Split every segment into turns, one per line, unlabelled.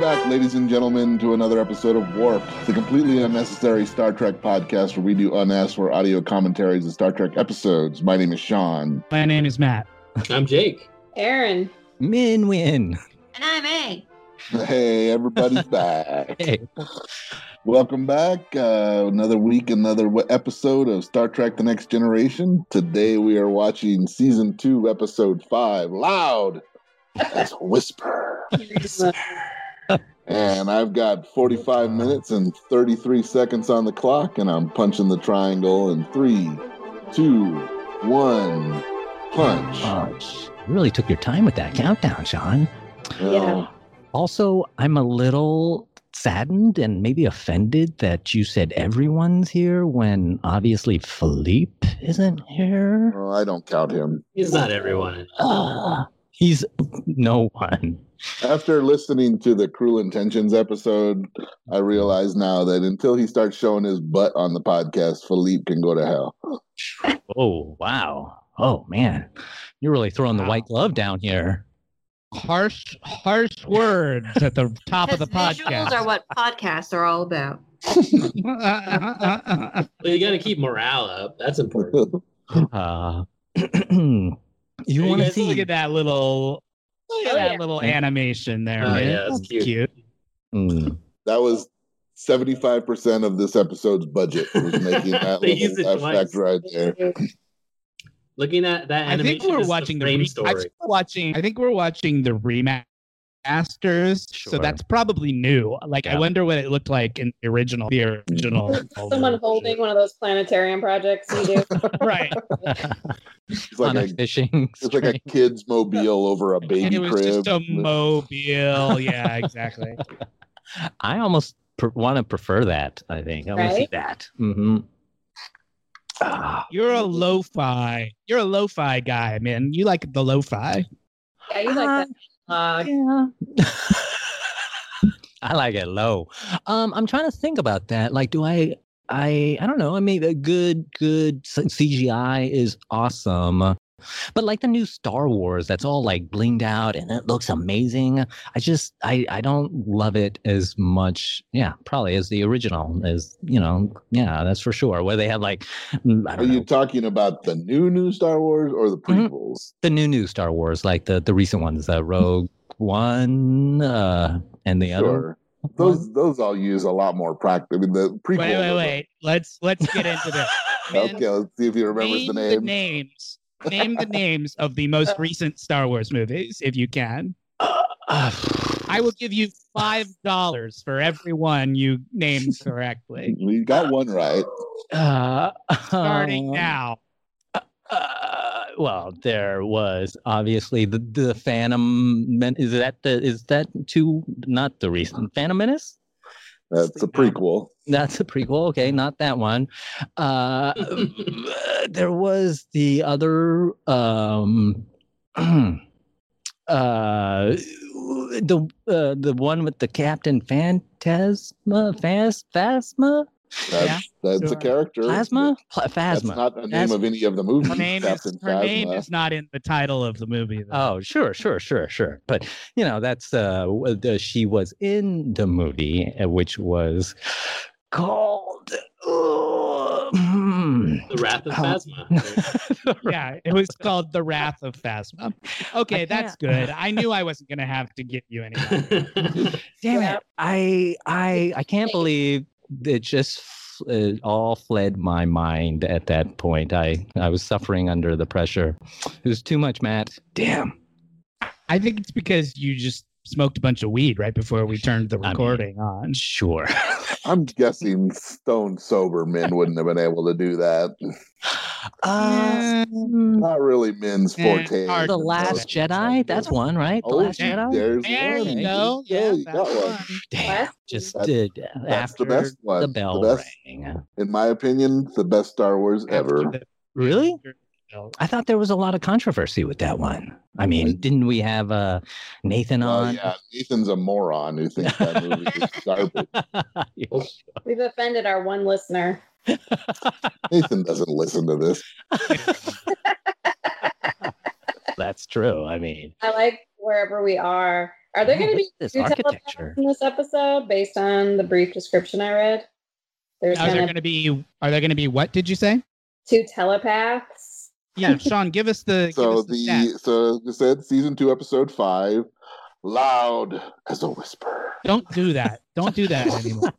back, ladies and gentlemen, to another episode of Warped, the completely unnecessary Star Trek podcast where we do unasked for audio commentaries of Star Trek episodes. My name is Sean.
My name is Matt.
I'm Jake.
Aaron.
Min win.
And I'm A.
Hey, everybody's back.
Hey.
Welcome back. Uh, another week, another w- episode of Star Trek The Next Generation. Today we are watching season two, episode five, Loud as Whisper. And I've got 45 minutes and 33 seconds on the clock, and I'm punching the triangle in three, two, one, punch.
Punch. You Uh, really took your time with that countdown, Sean.
Yeah.
Also, I'm a little saddened and maybe offended that you said everyone's here when obviously Philippe isn't here.
Well, I don't count him.
He's not everyone.
Ah, he's no one.
After listening to the Cruel Intentions episode, I realize now that until he starts showing his butt on the podcast, Philippe can go to hell.
Oh, wow. Oh, man. You're really throwing the white glove down here.
Harsh, harsh words at the top of the
Because visuals
podcast.
are what podcasts are all about.
Well, you got to keep morale up. That's important.
Uh, you
you
want to
guys
see.
Look at that little, look at
Oh,
that
yeah.
little animation there.
Oh,
man.
yeah, that's cute.
Mm.
That was 75% of this episode's budget, was making that
They used it
little effect
twice.
right
uh,
there.
Looking at that
I
animation,
think we're
is
watching the,
frame
re- I
story.
think we're watching. I think we're watching the remasters. So
Sure.
that's probably new. Like I
Yeah.
wonder what it looked like in the original. The original.
Someone holding one of those planetarium projects you do.
Right.
It's like,
on a,
a,
fishing.
it's like a
string.
kid's mobile over a
And
baby
it was
crib.
just a mobile. Yeah, exactly.
I almost pr- want to prefer that. I think I want to see
Right?
that. hmm Ah,
You're a lo-fi. You're a lo-fi guy, man. You like the lo-fi.
Yeah, you like that. Uh,
yeah. I like it low. Um, I'm trying to think about that. Like, do I? I I don't know. I mean, a good good s- CGI is awesome, but like the new Star Wars, that's all like blinged out and it looks amazing. I just I I don't love it as much. Yeah, probably as the original. As you know, yeah, that's for sure. Where they had like, mm, I
Are
don't know.
you talking about the new new Star Wars or the
Mm-hmm.
Mhm.
prequels?
the new new Star Wars, like the the recent ones, uh, Rogue One, uh, and the other.
Sure. Those those all use a lot more practice. I mean, the prequel.
Wait, wait, wait. Let's let's get into this. Man,
Okay, let's see if he remembers
name
the
the
name.
names. Name the names of the most recent Star Wars movies, if you can.
Uh,
I will give you five dollars for every one you name correctly.
You got one right.
uh,
Starting
um,
now.
Uh, well, there was obviously the the Phantom. Men- is that the is that two? Not the recent Phantom Menace.
That's a prequel.
That's a prequel. Okay, not that one. Uh, there was the other. Um, uh, the uh, the one with the Captain Phantasma, Phas- Phasma,
That's, that's a
sure.
character.
Plasma, Pla-
That's
Phasma.
not the name
Phasma.
of any of the movies.
Her name is
Captain
her name
Phasma.
is not in the title of the movie. though.
Oh, sure, sure, sure, sure. But you know, that's uh, w- the, she was in the movie, uh, which was called uh, hmm.
The Wrath of
Oh.
Phasma.
yeah, it was called The Wrath of Phasma. Okay,
I
that's good. I knew I wasn't gonna have to give you any.
Damn
Yeah.
it! I I I can't believe it just f- it all fled my mind at that point. I I was suffering under the pressure. It was too much, Matt. Damn.
I think it's because you just smoked a bunch of weed right before we turned the
mean-
recording on.
Sure.
I'm guessing stone sober men wouldn't have been able to do that.
Uh,
Not really men's
Yeah,
forte.
Eh, hard
the Last Jedi. That's one, right? The
Oh,
Last
yeah.
Jedi.
There's
There
one.
you go.
Yeah,
Yeah,
you got
that's
one.
one.
Damn,
That's-
just
that's-
did
That's
after
the best one.
the bell
best,
rang.
in my opinion, the best Star Wars ever. Uh,
Really? I thought there was a lot of controversy with that one. I mean, didn't we have uh, Nathan
Well,
on?
yeah, Nathan's a moron who thinks that movie is garbage.
We've offended our one listener.
Nathan doesn't listen to this.
That's true. I mean,
I like wherever we are. Are there
Oh,
going to
look
be
at this
two telepaths
architecture.
in this episode based on the brief description I read? There's
Are there
going to
going to be? Are there going to be what did you say?
two telepaths.
Yeah, Sean, give us the. give
so
us the, stats.
the so you said season two episode five, loud as a whisper.
Don't do that. Don't do that anymore.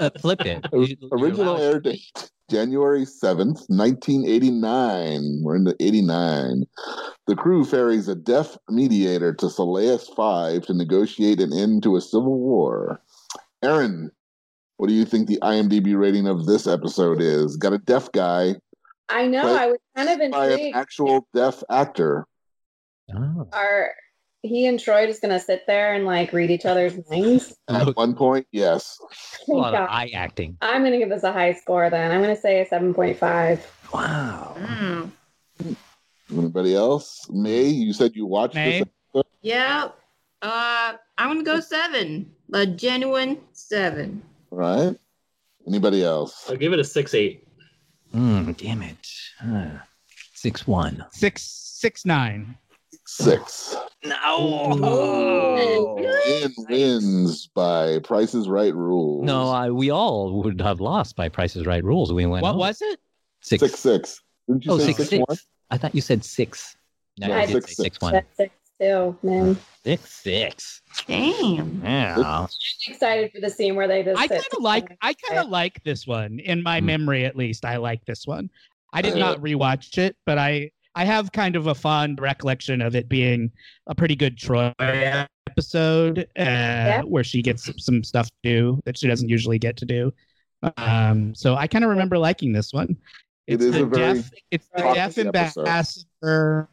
Uh, flip it.
O-
You- you're
Original
allowed-
air date January 7th, 1989. We're into 89. The crew ferries a deaf mediator to Solaeus 5 to negotiate an end to a civil war. Aaron, what do you think the IMDb rating of this episode is? Got a deaf guy
I know.
Right.
I was kind of
by an
intrigued.
actual deaf actor.
Oh.
Are he and Troy just going to sit there and like read each other's minds?
At
Look,
one point, yes.
a
Thank
lot of
God.
eye acting.
I'm going to give this a high score then. I'm going to say a 7.5.
Wow.
Mm.
Anybody else? May, you said you watched
May?
this.
Yep. Uh, I'm gonna go seven. A genuine seven.
All right. Anybody else?
I'll give it a six eight.
Mm, damn it. Uh, six one.
Six six nine.
Six.
No.
Win wins by Price's Right rules.
No, I, we all would have lost by Price's Right rules. We went
What
over.
was it?
six?
six six. Didn't you
Oh,
say
six,
six,
six.
one?
I thought you said six. No,
No,
you did
six,
say six
six.
one.
That's six too, man.
Six six.
Damn.
Yeah.
Excited for the scene where they just.
I
sit
kind of like. I kind
Right.
of like this one in my
Mm.
Hmm.
memory, at least. I like this one. I did
Yeah.
not rewatch it, but I I have kind of a fond recollection of it being a pretty good Troy episode uh, where she gets some stuff to do that she doesn't usually get to do. Um, so I kind of remember liking this one.
It
It's
is
the
a very
deaf, it's the
Right.
deaf
episode.
ambassador.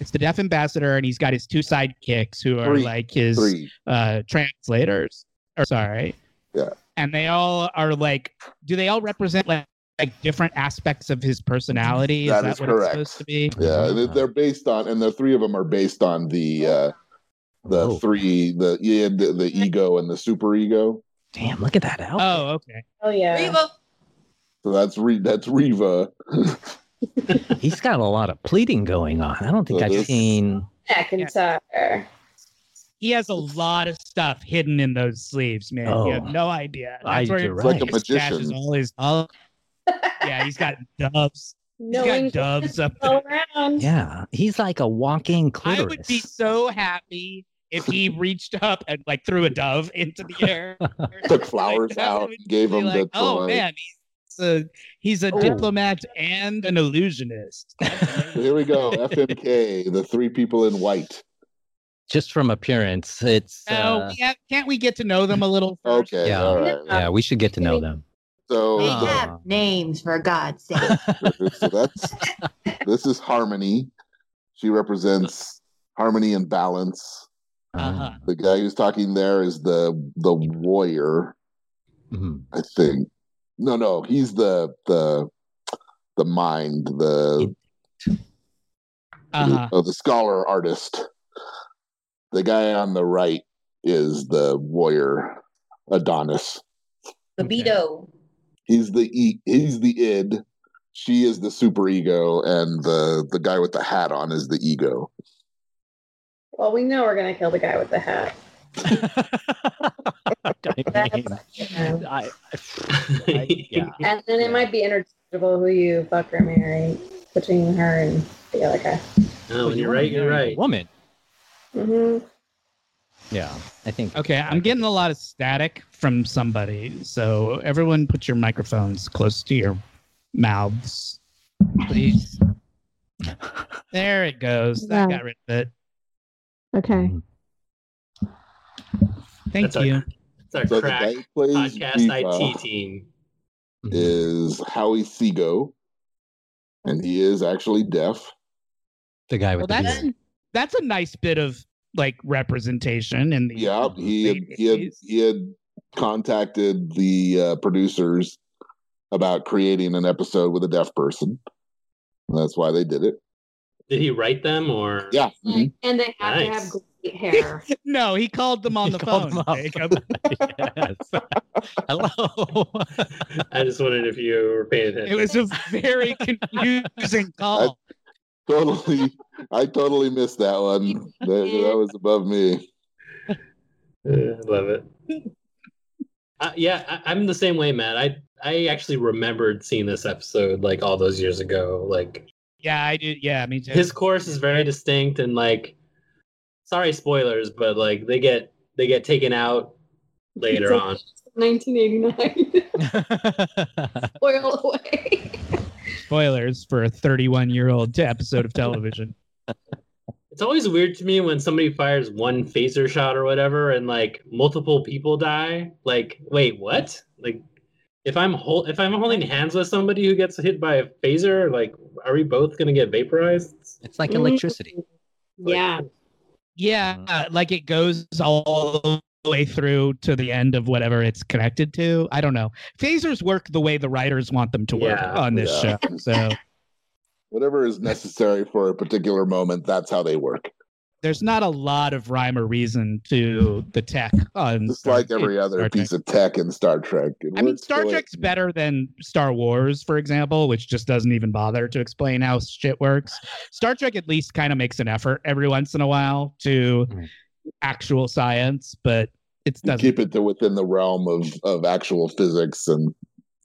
It's the deaf ambassador, and he's got his two sidekicks who are
Three.
like his
Three.
uh translators or sorry
Yeah.
and they all are like do they all represent like like different aspects of his personality
That
is
is
that what
correct.
it's supposed to be
Yeah,
Mhm.
and it- they're based on, and the three of them are based on the uh the
Oh,
three, the yeah, the, the ego and the super ego.
damn, look at that outfit.
oh okay
Oh yeah.
Revo.
So that's re that's Riva.
He's got a lot of pleating going on. I don't think
It
I've
is.
seen.
McIntyre.
he has a lot of stuff hidden in those sleeves man
Oh.
you have no idea
I- you're
his-
right. Like
a
his stash
magician.
is all his all yeah he's got doves he's
Knowing
got doves up there
all around.
Yeah, he's like a walking clitoris.
i would be so happy if he reached up and like threw a dove into the air
Took flowers
Like, that
out,
would
and gave
be
him the
like, oh
toy.
man, he's a, he's a
Oh.
diplomat and an illusionist.
So here we go. FMK, the three people in white.
Just from appearance, it's.
So
uh,
we have, can't we get to know them a little? First?
Okay,
Yeah.
all right.
yeah, we should get to know them.
So, uh,
They
Oh.
have names for God's sake.
so that's this is Harmony. She represents harmony and balance.
Uh-huh.
The guy who's talking there is the the warrior,
Mhm.
I think. No, no, he's the the the mind, the
Uh-huh.
oh, the scholar artist. The guy on the right is the warrior Adonis.
Libido.
He's the e- he's the id. She is the superego, and the the guy with the hat on is the ego.
Well, we know we're gonna kill the guy with the hat.
I mean, I- I- yeah.
And then
Yeah.
it might be interchangeable who you fuck or marry between her and the other guy.
No,
Well,
when
you
you're
wanna
right, you're
marry a
right.
Woman.
hmm
Yeah, I think.
Okay, I'm getting a lot of static from somebody. So everyone, put your microphones close to your mouths, please. There it goes. That
Yeah.
got rid of it.
Okay.
Mm-hmm.
Thank
That's our-
you.
It's our
So the guy
crack
who plays
podcast
Viva
IT team.
is Howie Sego, and he is actually deaf.
the guy
Well,
with the
that's
beard.
that's a nice bit of like representation in the
Yeah, he had, he had he had contacted the uh, producers about creating an episode with a deaf person. And that's why they did it.
Did he write them or?
Yeah,
Mm-hmm.
mhm.
And they
have to Nice. have
great hair.
No, he called them on
He
the
called
phone.
them up.
Jacob.
Yes. Hello.
I just wondered if you were paying attention.
It was a very confusing call.
totally. I totally missed that one. That, that was above me.
Uh, love it. Uh, yeah, I, I'm the same way, Matt. I I actually remembered seeing this episode like all those years ago. Like
Yeah, I do. Yeah, me too.
his course is very distinct and like, sorry spoilers, but like they get they get taken out later on.
1989. Oil away.
Spoilers for a 31 year old episode of television.
It's always weird to me when somebody fires one phaser shot or whatever and like multiple people die. Like, wait, what? Like if I'm hol- if I'm holding hands with somebody who gets hit by a phaser, like are we both gonna get vaporized?
it's like electricity.
Yeah.
yeah,
Uh-huh.
uh, like it goes all the way through to the end of whatever it's connected to. I don't know. Phasers work the way the writers want them to work
Yeah,
on this
yeah.
show. So
Whatever is necessary for a particular moment, that's how they work.
there's not a lot of rhyme or reason to the tech on
Just
Star-
like every other
Star Trek.
piece of tech in Star Trek. It
I mean,
works the
Star
way-
Trek's better than Star Wars, for example, which just doesn't even bother to explain how shit works. Star Trek at least kind of makes an effort every once in a while to
Mm.
actual science, but it
You
doesn't.
keep it to within the realm of, of actual physics and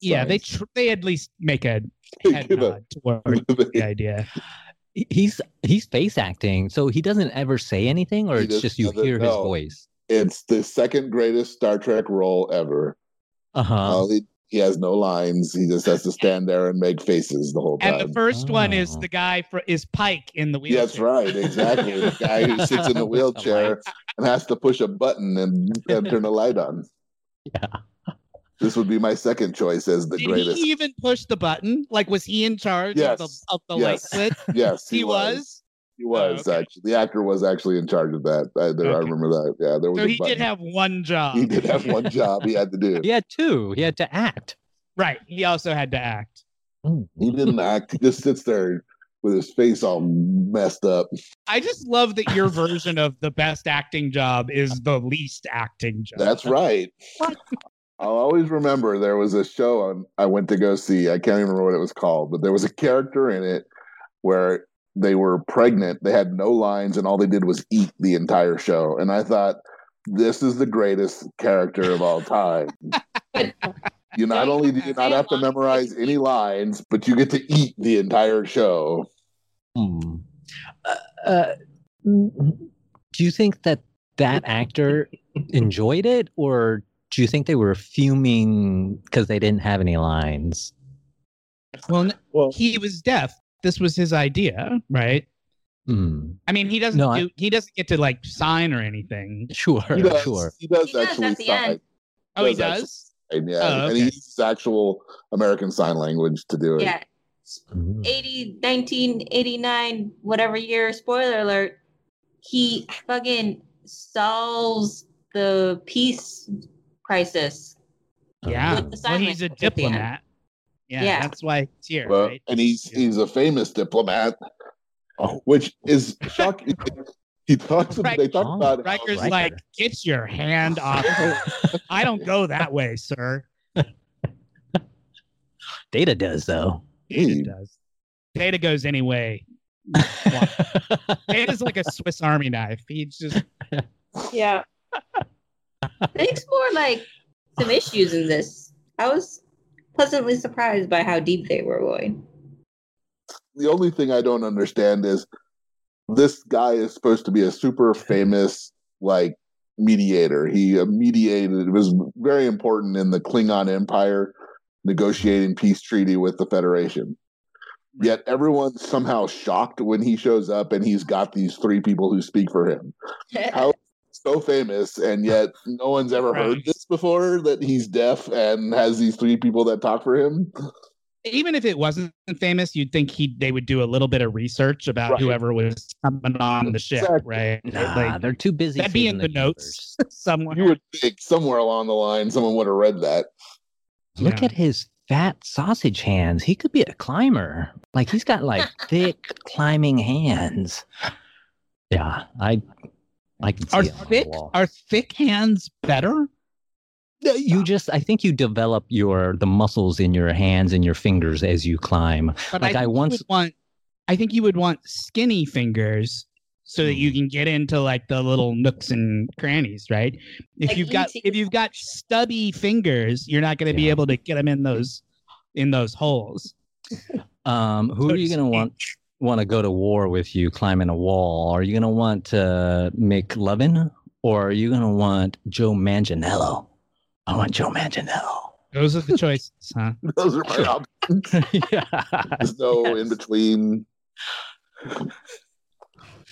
yeah, they
science.
tr- they at least make a
They
head
give a-
nod toward the idea.
He- He's he's face acting, so he doesn't ever say anything, or
He
it's
just
just you
doesn't
hear his
know.
voice.
it's the second greatest Star Trek role ever.
Uh huh.
All he, he has no lines. He just has to stand there and make faces the whole
And
time.
the first one is
Oh.
the guy for is Pike in the wheelchair.
That's right, exactly. The guy who sits in the
With the
wheelchair
lights.
and has to push a button and, and turn a light on.
Yeah.
This would be my second choice as the
Did
greatest.
he even push the button? Like, was he in charge of
Yes.
the, of the light
Yes.
switch?
Yes,
He was. Oh,
He was
okay.
actually the actor was actually in charge of that. I, there- I
Okay.
remember that. Yeah, there was.
So
a
he did
button.
have one job.
He did have one job he had to do.
He had two. He had to act.
Right. He also had to act.
He didn't act. He just sits there with his face all messed up.
I just love that your version of the best acting job is the least acting job.
That's right.
What?
I'll always remember there was a show on, I went to go see. I can't even remember what it was called, but there was a character in it where they were pregnant. They had no lines, and all they did was eat the entire show. And I thought, this is the greatest character of all time. you not only do you not have to memorize any lines, but you get to eat the entire show.
Hmm. Uh, uh, do you think that that actor enjoyed it, or do you think they were fuming because they didn't have any lines?
Well, n-
Well,
he was deaf. This was his idea, right?
Hmm.
I mean, he doesn't
No, I-
do, he doesn't get to like sign or anything.
Sure,
he does,
sure.
he does
He does
actually
at the
sign.
end.
Oh, he
Does actually-
does.
And yeah,
Oh,
and
okay.
he uses actual American Sign Language to do it.
Yeah.
Hmm.
80, 1989, whatever year, spoiler alert, he fucking solves the peace crisis.
Oh.
Yeah.
With the sign
well, he's a
language at the end.
diplomat. Yeah,
Yeah.
that's why he's here,
Well,
right?
and he's
Yeah.
he's a famous diplomat, which is shocking. he talks.
Right.
They talk
Oh.
about how-
Riker's
Riker.
like, get your hand off. me. I don't go that way, sir.
Data does though.
Data
Hmm.
does. Data goes anyway. Data's like a Swiss Army knife. He's just
Yeah.
They explore like some issues in this. I was pleasantly surprised by how deep they were going.
the only thing I don't understand is this guy is supposed to be a super famous like mediator. He uh, mediated was very important in the Klingon Empire negotiating peace treaty with the Federation. Yet everyone's somehow shocked when he shows up and he's got these three people who speak for him. How so famous and yet no one's ever heard
Right.
this before that he's deaf and has these three people that talk for him.
even if it wasn't famous, you'd think he they would do a little bit of research about
Right.
whoever was coming on the ship,
Exactly.
right?
Nah,
Like,
they're too busy.
that'd be in
saving
the notes somewhere.
You would think somewhere along the line someone would have read that.
universe. Look
Yeah.
at his fat sausage hands. He could be a climber. Like he's got like thick climbing hands. Yeah, I, I can see
are
it on the
thick
wall.
are thick hands better?
Yeah, you just I think you develop your the muscles in your hands and your fingers as you climb.
But
Like, I
think you
once-
would want I think you would want skinny fingers so that
Hmm.
you can get into like the little nooks and crannies, right? If
Like
you've got
E.T.
if you've got stubby fingers, you're not going to be
E Yeah.
able to get them in those in those holes.
Um, who
So
are you
to
gonna want want to go to war with you climbing a wall? Are you gonna want to make Lovin, or are you gonna want Joe Manganiello? I want Joe Manganiello.
Those are the choices, huh?
Those are my
Sure.
options.
yeah.
There's no
Yes.
in between.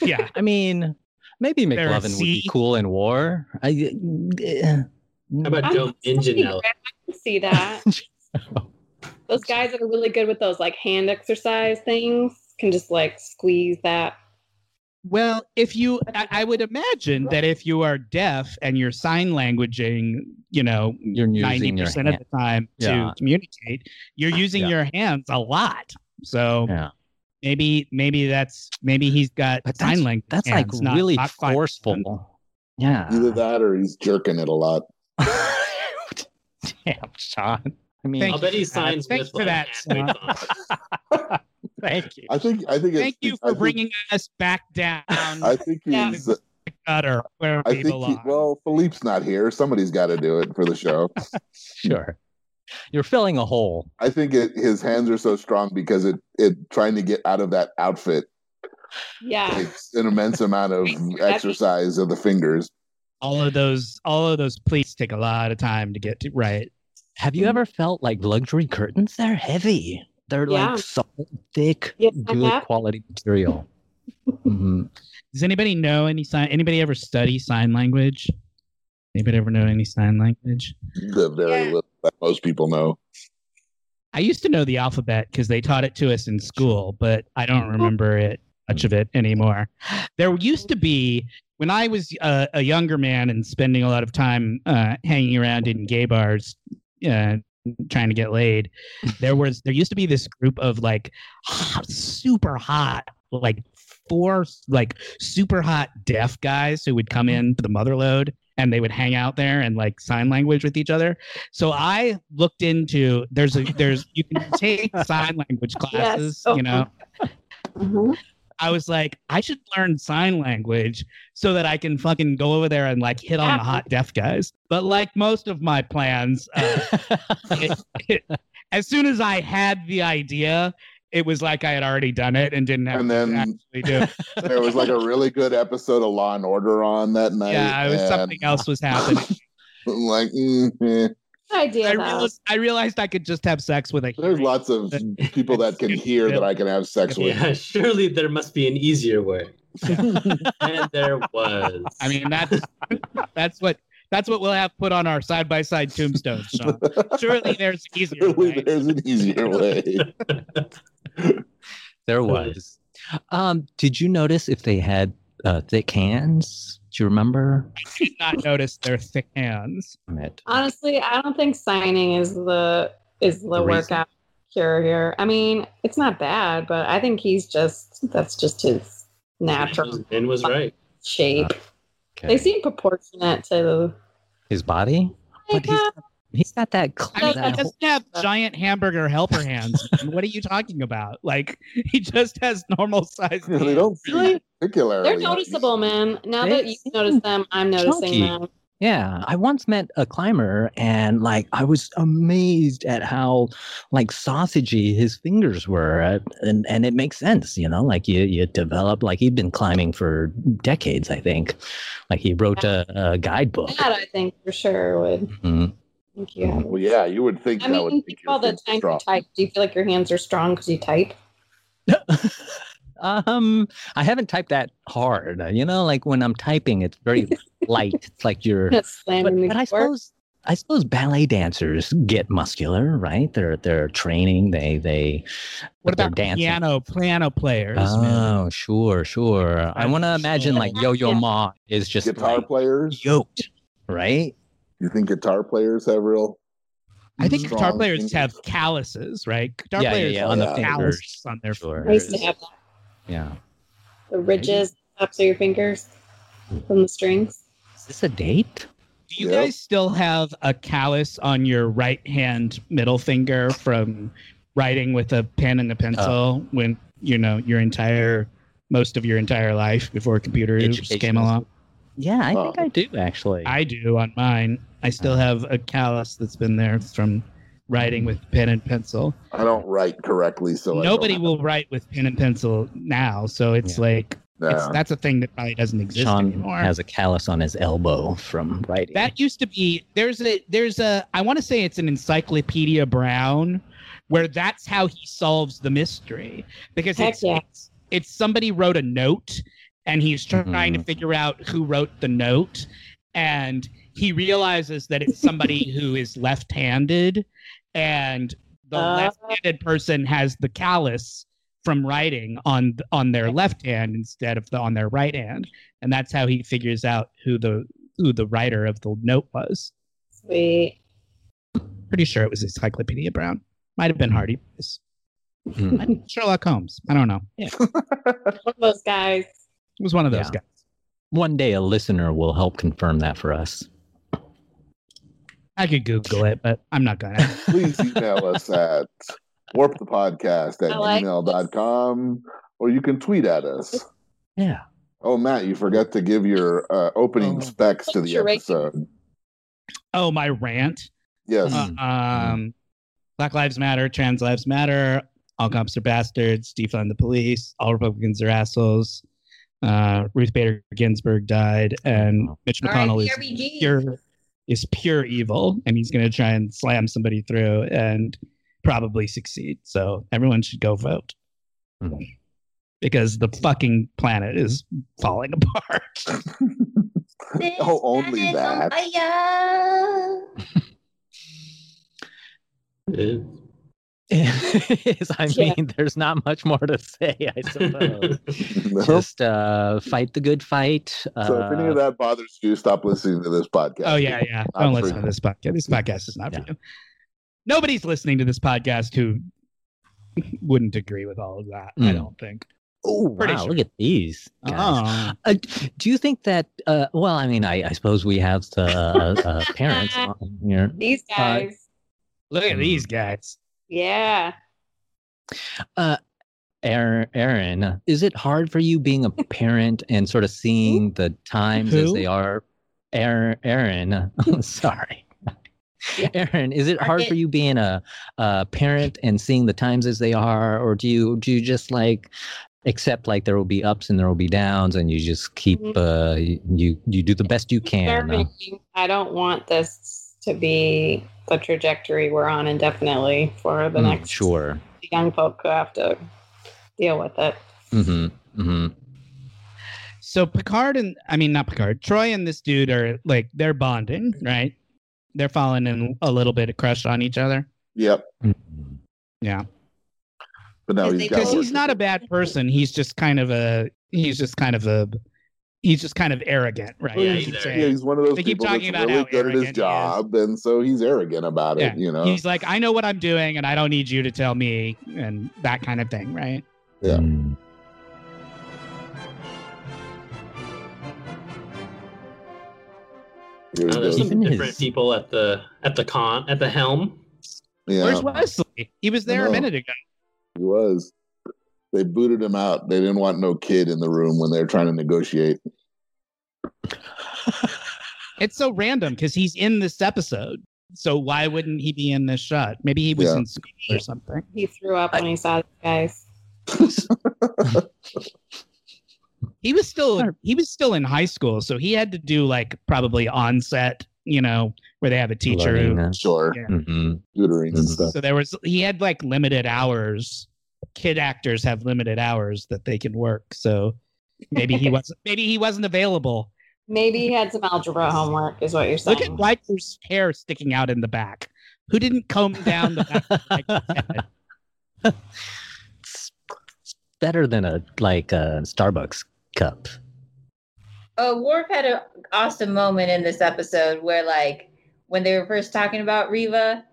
Yeah.
I mean, maybe
There are
McLovin would be
sea-
cool in war. I, eh,
How about Joe Manganiello?
I can see that. those guys that are really good with those like hand exercise things can just like squeeze that.
Well, if you, I, I would imagine that if you are deaf and you're sign languaging, you know,
you're
ninety
using your
percent of
hand.
the time
Yeah.
to communicate, you're using
Yeah.
your hands a lot. So
Yeah.
maybe, maybe that's maybe he's got
But
sign language.
That's like
hands, not-
really
not quite-
forceful. Yeah.
Either
Ah.
that or he's jerking it a lot.
Damn, Sean. I mean,
Thank
I'll bet
you
he
for that.
signs
Thanks
with
for
like,
that,
hand weights on.
thank you.
I think. I think.
Thank
it's,
you
I
for
think-
bringing us back down
I
the
think
Yeah.
he's.
gutter where
I
we
think. He,
belong.
well, Philippe's not here. Somebody's got to do it for the show.
Sure. You're filling a hole.
I think it, his hands are so strong because it it trying to get out of that outfit
Ah.
Yeah.
takes an immense amount of exercise of the fingers.
all of those, all of those pleats take a lot of time to get to right.
Have
Mm-hmm.
you ever felt like luxury curtains? They're heavy. They're
Yeah.
like so thick,
Yes, I
good
have.
quality material. Mhm.
Does anybody know any sign? Anybody ever study sign language? Anybody ever know any sign language?
The very
Yeah.
little that most people know.
I used to know the alphabet because they taught it to us in school, but I don't remember it much of it anymore. There used to be when I was uh, a younger man and spending a lot of time uh, hanging around in gay bars, uh, trying to get laid. There was there used to be this group of like hot, super hot, like four like super hot deaf guys who would come in to the motherlode and they would hang out there and like sign language with each other. So I looked into there's a there's you can take sign language classes,
Oh.
you know.
Mhm.
I was like, I should learn sign language so that I can fucking go over there and like hit on the hot deaf guys. But like most of my plans, uh, it- it- as soon as I had the idea, it was like I had already done it and didn't have
And
to
then
actually do. It.
there was like a really good episode of Law and Order on that night.
Yeah, it was
and
something else was happening.
I'm like, mm, eh.
idea
I
though.
realized, I realized I could just have sex with a.
there's
hearing.
lots of people that can hear that I can have sex with.
Yeah, surely there must be an easier way. and there was.
I mean, that's that's what that's what we'll have put on our side by side tombstones. Sean. Surely there's easier.
Surely
way.
there's an easier way.
there was. Um, did you notice if they had uh, thick hands? Do you remember?
did not notice their thick hands.
Damn it.
Honestly, I don't think signing is the is the,
The reason.
workout cure here. I mean, it's not bad, but I think he's just that's just his natural
Ben
uh,
was right.
shape.
Okay.
They seem proportionate to the
His body? But he's, he's not that
I
clean.
mean, he doesn't have giant hamburger helper hands. man. what are you talking about? Like, he just has normal size.
they don't seem
Really?
particularly.
They're noticeable, man. Now that
They
you notice them, I'm noticing
chunky.
them.
Yeah, I once met a climber and like I was amazed at how like sausagey his fingers were uh, and and it makes sense, you know, like you you develop like he'd been climbing for decades, I think. Like he wrote a, a guidebook.
That I think for sure would
Mhm.
think you have.
Well, yeah, you would think
I
that would
mean,
make
think
your
all the
thing
time
strong.
you type. Do you feel like your hands are strong because you type?
Um I haven't typed that hard, you know, like when I'm typing it's very light. It's like you're
That's slamming
but,
the
but I
door.
suppose I suppose ballet dancers get muscular, right? They're they're training. They they
What
they're
about
dancing.
piano piano players? man?
Oh, sure, sure. I
That's
want to imagine
sure.
like Yo Yo
Yeah.
Ma is just
Guitar
like,
players.
yoked, right?
You think guitar players have real?
I think guitar
strong
players
fingers?
have calluses, right? Guitar
Yeah, yeah,
players
yeah,
on the
have
fingers.
calluses on their
Sure.
I used to
there's-
have that.
Yeah.
the ridges,
Mm-hmm.
tops of your fingers from the strings.
Is this a date?
Do you
Yeah.
guys still have a callus on your
Uh.
right hand middle finger from writing with a pen and a pencil when you know your entire most of your entire life before computers
Education.
came along.
Yeah, I
Oh.
think I do actually.
I do on mine. I
Uh-huh.
still have a callus that's been there from writing with pen and pencil.
I don't write correctly, so I don't
Nobody
have-
will write with pen and pencil now, so it's
Yeah.
like it's,
Nah.
that's a thing that probably doesn't exist
Sean
anymore.
has a callus on his elbow from writing.
That used to be there's a there's a I want to say it's an Encyclopedia Brown where that's how he solves the mystery because
Heck
it's,
yeah.
it's it's somebody wrote a note and he's trying to
Mhm.
figure out who wrote the note and he realizes that it's somebody who is left-handed and the
Ah.
left-handed person has the callus from writing on on their left hand instead of the, on their right hand and that's how he figures out who the who the writer of the note was.
Sweet.
Pretty sure it was Encyclopedia Brown. Might have been Hardy.
Mm.
Might have been Sherlock Holmes. I don't know.
One of those guys.
It was one of those
Yeah.
guys.
One day a listener will help confirm that for us.
I could Google it, but I'm not gonna.
please email us at warpthepodcast at
I like
gmail.com or you can tweet at us.
Yeah.
Oh, Matt, you forgot to give your uh, opening
Oh.
specs to the
Picture right-
episode.
Oh, my rant.
Yes.
Uh, um, Black Lives Matter. Trans Lives Matter. All cops are bastards. Defund the police. All Republicans are assholes. Uh, Ruth Bader Ginsburg died, and Mitch McConnell is
RIPRBG.
pure is pure evil and he's going to try and slam somebody through and probably succeed so everyone should go vote
Mhm.
because the fucking planet is falling apart
This
Oh, only that.
planet on fire.
Eh.
Yes, I
Yeah.
mean, there's not much more to say, I suppose.
No?
Just uh, fight the good fight. Uh,
Uh-huh. so if any of that bothers you, stop listening to this podcast.
oh yeah yeah
Not
don't
for
listen to
you.
this podcast this podcast is not
Yeah.
for you nobody's listening to this podcast who wouldn't agree with all of that i
Mm.
don't think
oh,
pretty
wow,
sure.
look at these
Uh-huh.
guys.
oh,
Uh, d- do you think that? Uh, well, I mean, I, I suppose we have the uh, uh, parents on here.
These guys.
look at
Hmm.
these guys
yeah.
Aaron, Aaron, is it hard for you being a parent and sort of seeing the times as
Who?
they are? Aaron, Aaron, oh, sorry.
Yeah.
Aaron, is it
Mark
hard
it.
for you being a, a parent and seeing the times as they are, or do you do you just like accept like there will be ups and there will be downs, and you just keep
Mhm.
uh, you you do the best you can? uh,
Serving. I don't want this to be the trajectory we're on indefinitely for the
mm,
next
sure.
young folk who have to deal with it.
hmm hmm
So Picard and I mean not Picard, Troy and this dude are like they're bonding, right? They're falling in a little bit of crush on each other.
Yep. But now he's
Because they
got
Because
told-
work
he's
to
not
do.
a bad person. He's just kind of a he's just kind of a he's just kind of arrogant, right?
Oh, yeah,
I
he's
keep
arrogant.
saying.
Yeah, he's one of those
They keep
people
talking
that's
about
really
how
good at his
arrogant he is.
job, and so he's arrogant about
Yeah.
it. You know,
He's like, I know what I'm doing and I don't need you to tell me and that kind of thing, right?
Yeah.
Mm.
Here he
Uh, there's
goes.
some
Even
different
his-
people at the at the con at the helm.
yeah,
Where's Wesley? He was there
I
a
know.
minute ago.
he was. They booted him out. They didn't want no kid in the room when they were trying to negotiate.
It's so random because he's in this episode. So why wouldn't he be in this shot? Maybe he was
Yeah.
in school or something.
He threw up when he saw the guys.
he was still
Sure.
he was still in high school, so he had to do like probably onset, you know, where they have a teacher.
Learning,
Who,
uh,
Sure,
Yeah.
mhm.
tutoring and
Mhm.
stuff.
so there was he had like limited hours. Kid actors have limited hours that they can work, so maybe he wasn't maybe he wasn't available.
Maybe he had some algebra homework, is what you're saying.
Look at Riker's hair sticking out in the back. Who didn't comb down the back?
it's, it's better than a like a Starbucks cup.
Uh, Worf had an awesome moment in this episode where, like, when they were first talking about Riva,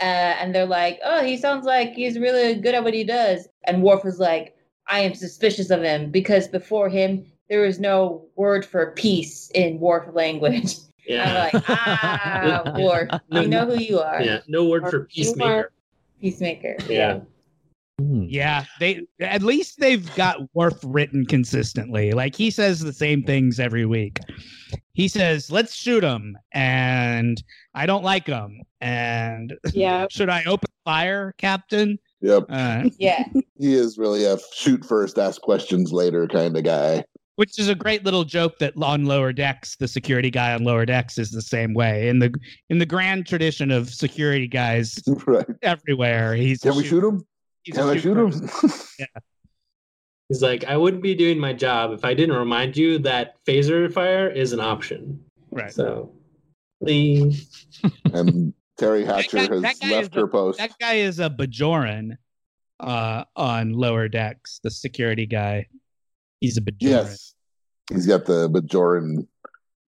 uh, and they're like, "Oh, he sounds like he's really good at what he does," and Worf was like, "I am suspicious of him because before him, there was no word for peace in Worf language."
Oh
I'm
Yeah,
like, "Ah, Worf, we know who you are,
yeah. No word for
You are-
peacemaker.
peacemaker."
Yeah.
Hmm.
Yeah, they at least they've got Worf written consistently. Like he says the same things every week. He says, "Let's shoot him," and I don't like him. And
Yeah.
should I open fire, Captain?
Yep.
Uh,
Yeah.
He is really a shoot first, ask questions later kind of guy.
which is a great little joke that on lower decks the security guy on lower decks is the same way in the in the grand tradition of security guys
right.
everywhere he's a
Can we shoot him?
he's a
Can I shoot
shooter.
him?
He's like, I wouldn't be doing my job if I didn't remind you that phaser fire is an option.
right
So, the
and Terry
That
Hatcher
guy-
has
that guy
left
is
her post.
that guy is a bajoran uh on lower decks the security guy he's a bajoran
yes. He's got the Bajoran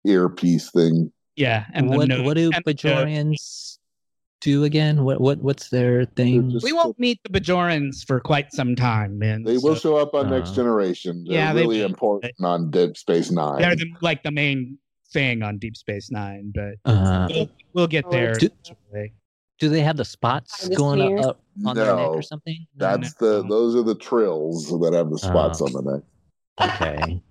earpiece thing.
yeah and the
what
nose-
what do
and the nose.
Bajorians do again? What what what's their thing?
just-
we won't meet the bajorans for quite some time man
They will
so
show up on Next
Uh,
Generation. They're
yeah, they
really
will.
important on Dead Space Nine.
they're the, like the main thing on deep space nine but
Uh,
we'll get
Oh,
there
do-
eventually.
do they have the spots
Find the
going
smears.
up on their neck
no,
or something? No,
that's the
no.
those are the trills that have the spots
Oh.
on the neck.
okay.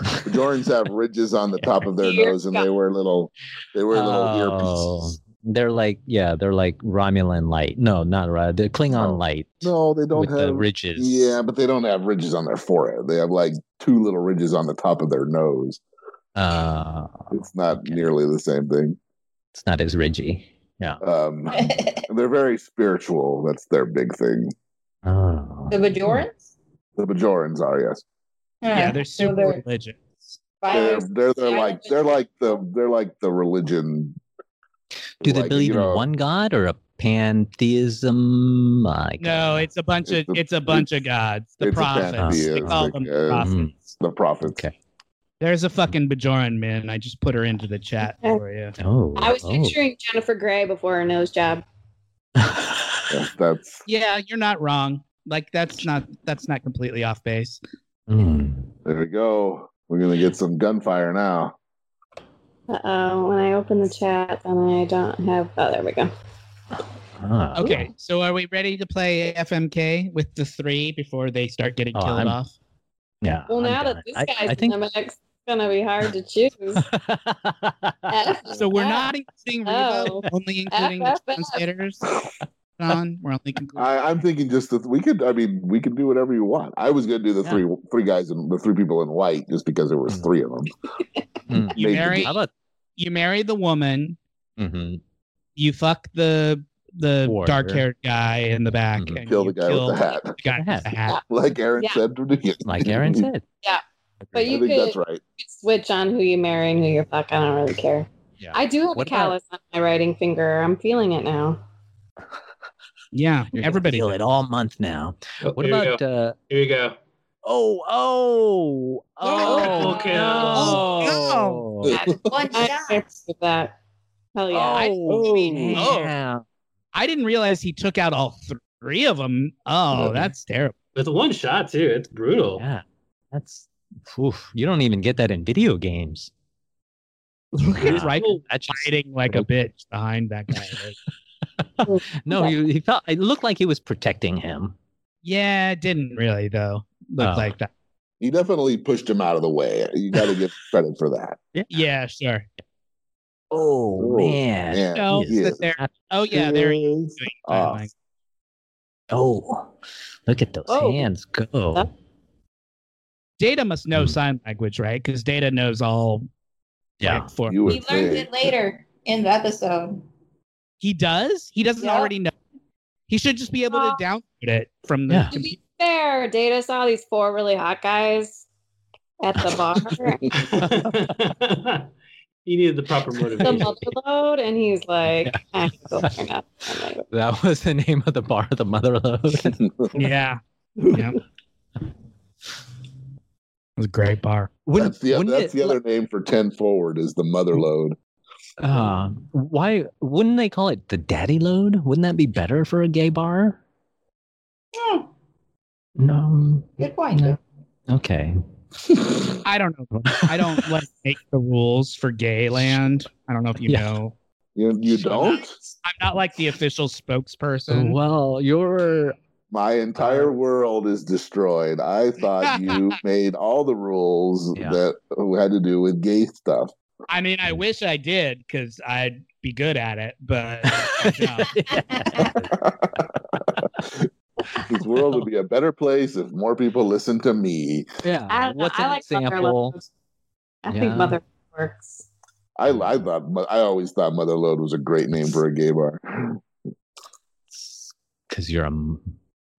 Bajorans have ridges on the top of their
Dear
nose, and
God.
they wear little they wear little
Oh,
earpieces.
they're like yeah, they're like Romulan light. No, not right. They're Klingon
No.
light.
No, they don't
with the
have
ridges.
Yeah, but they don't have ridges on their forehead. They have like two little ridges on the top of their nose.
Uh,
It's not nearly the same thing.
it's not as ridgy. Yeah.
Um, they're very spiritual. That's their big thing.
Oh.
the Bajorans?
The Bajorans are yes.
yeah
Huh.
they're
So
super
they're
religious
They're
violent-
they're, they're
violent
like they're
Bajorans.
like the they're like the religion.
Do they
Like,
believe
you know,
in one god or a pantheism? I
no it's a bunch of
It's a-
it's a bunch of gods the
it's a
prophets they
pantheism,
call them
yeah.
Mm-hmm.
prophets
The prophets.
Okay.
there's a fucking bajoran man i just put her into the chat
Okay.
for you
Oh.
I was
oh.
picturing Jennifer Grey before her nose job.
Yes, that's
yeah you're not wrong like that's not that's not completely off base
Hmm.
there we go. We're gonna get some gunfire now.
Uh oh. When I open the chat, then I don't have. Oh, there we go.
Ah.
okay so are we ready to play fmk with the three before they start getting
Oh,
killed
I'm-
off
Yeah.
Well,
I'm
now
down.
that this
I-
guy's
I think.
in the mix, it's gonna be hard to choose.
so we're not including Reva,
Oh.
only including the
FFF.
translators on we're only including
I, I'm thinking just that we could. I mean, we could do whatever you want. I was gonna do the
Yeah.
three three guys and the three people in white just because there was
Mm.
three of them.
Hmm.
you
Maybe.
marry
How about?
you marry the woman
Mhm.
you fuck the the
Warrior.
dark haired guy in the back
Mhm.
and
Kill
you
the guy with the hat,
the guy with the hat.
like Aaron
Yeah.
said. From the
Like Aaron said.
Yeah. But
I
you
think
could-
that's right.
Switch on who you marry and who you fuck. I don't really care.
Yeah.
I do have
What
a
about-
callus on my writing finger. I'm feeling it now.
Yeah,
You're gonna
everybody.
feel it all month now. What
oh, here
about?
We go.
Uh,
Here we go.
oh, oh, oh,
Triple kill.
no.
Oh,
That's one
I'm
shot.
impressed with that. Hell yeah. I-
Oh,
oh.
yeah.
I didn't realize he took out all th- three of them. Oh,
Mhm.
that's terrible.
With one shot, too. It's brutal.
Yeah, that's oof, you don't even get that in video games.
Look at
Yeah.
Riker
I just,
hiding like a bitch behind that guy. Like,
no, you, he felt it looked like he was protecting him.
yeah, it didn't really though. Look
Oh.
like that.
He definitely pushed him out of the way. You got to give credit for that.
Yeah, sure.
Oh,
Oh,
man.
Yeah.
No,
he
that
is
they're- oh yeah, there. he
pissed
is.
off.
Like,
Oh, look at those
Oh.
hands go.
That-
Data must know
Hmm.
sign language, right? Because Data knows all.
Yeah.
like, for
You
We
would
learned
think.
it later in the episode.
he does. He doesn't
Yeah.
already know. He should just be able to download it from the.
Yeah.
To be fair, Data saw these four really hot guys at the bar at
he needed the proper
the
motivation.
mother load, and he's like, "I can go learn that." I'm like,
That was the name of the bar, the Motherlode.
Yeah. yeah. It was a great bar.
wouldn't,
that's the,
wouldn't
that's
it,
the other name for 10 forward is the mother load.
Uh, why wouldn't they call it the Daddy Load? Wouldn't that be better for a gay bar?
Hmm,
No.
good point.
No. Okay.
I don't know. I don't like make the rules for gay land. I don't know if you
Yeah.
know.
You, you
Shut
don't?
up. I'm not like the official spokesperson.
Well, you're
My entire
Uh,
world is destroyed. I thought you made all the rules
Yeah.
that had to do with gay stuff.
I mean, I wish I did because I'd be good at it, but I don't.
This world would be a better place if more people listened to me.
I
yeah.
don't know.
What's
I
an
like
example?
Motherlode. I
Yeah.
think Mother works.
I, I thought Mo- I always thought Motherlode was a great name for a gay bar.
Because you're a m-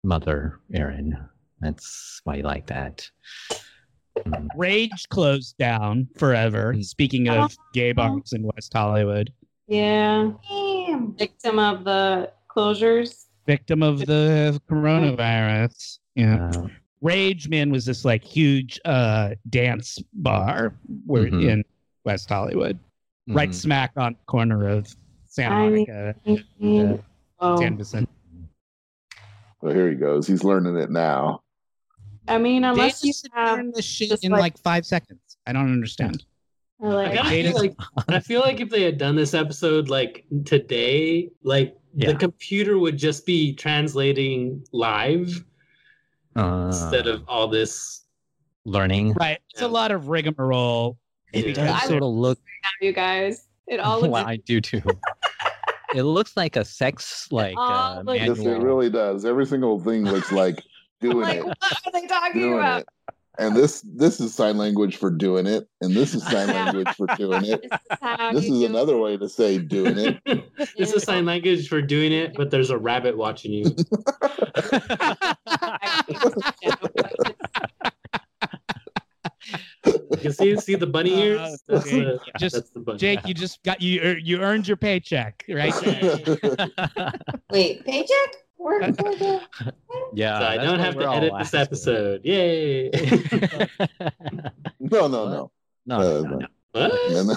mother, Aaron. That's why you like that. Mm.
Rage closed down forever.
Mm.
Speaking of gay
Uh-huh.
bars in West Hollywood,
Yeah.
Damn.
Victim of the closures.
victim of the coronavirus. Yeah.
Uh,
Rage Man was this like huge uh dance bar where
Mhm.
in West Hollywood, right
Mm-hmm.
mhm.
smack on the corner of Santa
I mean-
Monica
Yeah.
and
Oh.
San Vicente.
Well, here he goes. He's learning it now.
I mean, unless
Data
you
should
have
learn this shit
just,
in
like-
like five seconds. I don't understand.
I,
like,
kinda
Data's-
feel like, I feel like if they had done this episode like today, like
Yeah.
the computer would just be translating live
Uh,
instead of all this.
learning.
Right. It's a lot of rigmarole.
It
Yeah.
does sort of look
you guys. It all looks
well, I do too. it looks like a sex like
all
uh,
looks-
Yes, it
manual.
really does. Every single thing looks like doing
like,
it,
what are they talking
doing
about?
it. And this this is sign language for doing it, and this is sign
Yeah.
language for doing it.
This is how
This
you
is
do
another way to say doing it.
this is sign language for doing it, but there's a rabbit watching you.
it.
You can see see the bunny
Uh,
ears. That's,
okay.
the,
Just-
that's the bunny.
Jake, you just got you ear- you earned your paycheck, right? there.
Wait, paycheck? Work for the-
yeah,
so I
Uh, that's
don't
what
have
we're
to
all
edit this
asking.
episode. Yay!
No, no, no. Uh,
no, no, no, no.
What?
No, no,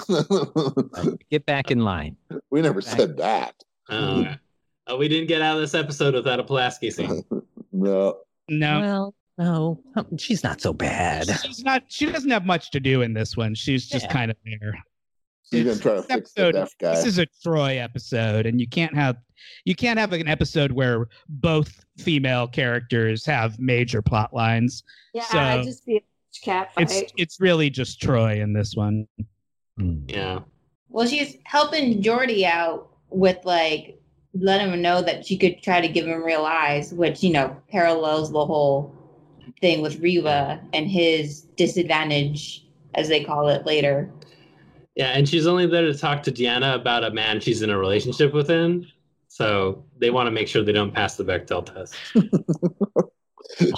no.
Get back in line.
we never said that.
Oh, oh, we didn't get out of this episode without a Pulaski scene.
No.
no.
Well, no, um, she's not so bad.
She's not she doesn't have much to do in this one. She's just
Yeah.
kind of there.
You're gonna try to
This
fix the
episode-
deaf
Uh,
guy.
This is a Troy episode, and you can't have you can't have an episode where both female characters have major plot lines.
Yeah,
So-
I just see a huge cat
It's
fight.
it's really just Troy in this one.
Hmm.
Mm.
Yeah.
Well, she's helping Jordy out with like let him know that she could try to give him real eyes, which you know parallels the whole thing with Riva and his disadvantage, as they call it later.
Yeah, and she's only there to talk to Deanna about a man she's in a relationship with. In So they want to make sure they don't pass the Bechdel test.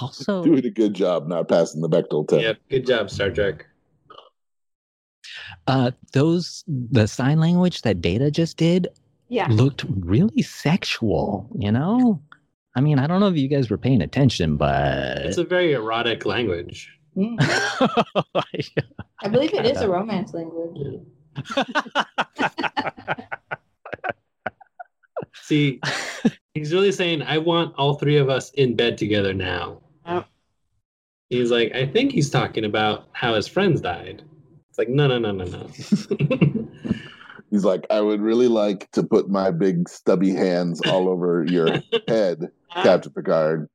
Also,
Doing a good job not passing the Bechtel test.
Yep. Good job, Star Trek.
uh, those the sign language that Data just did
yeah.
looked really sexual. You know, I mean, I don't know if you guys were paying attention, but
It's a very erotic language.
Mm. I believe it is a romance language.
See, he's really saying, I want all three of us in bed together now.
Yep.
He's like, I think he's talking about how his friends died. It's like, no, no, no, no, no.
He's like, I would really like to put my big stubby hands all over your head, Captain Picard.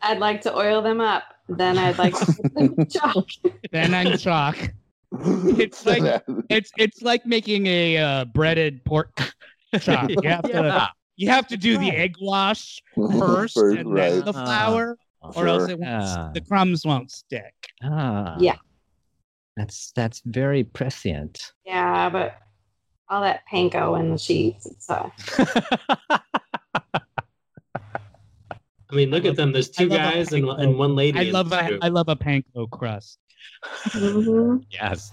I'd like to oil them up. Then I'd like to put them in chalk.
Then I'm shocked. It's like- It's it's like making a uh, breaded pork chop. You have to
Yeah.
you have to do the
Right.
egg wash first, and then
right.
the flour, or else it won't, s-
Yeah.
the crumbs won't stick.
Ah,
Yeah.
That's that's very prescient.
Yeah, but all that panko in the sheets. It's, uh,
I mean, look at them. There's two
I love a
guys and,
panko.
and one lady.
I
in
love
this
a
group.
I love a panko crust.
mhm.
yes.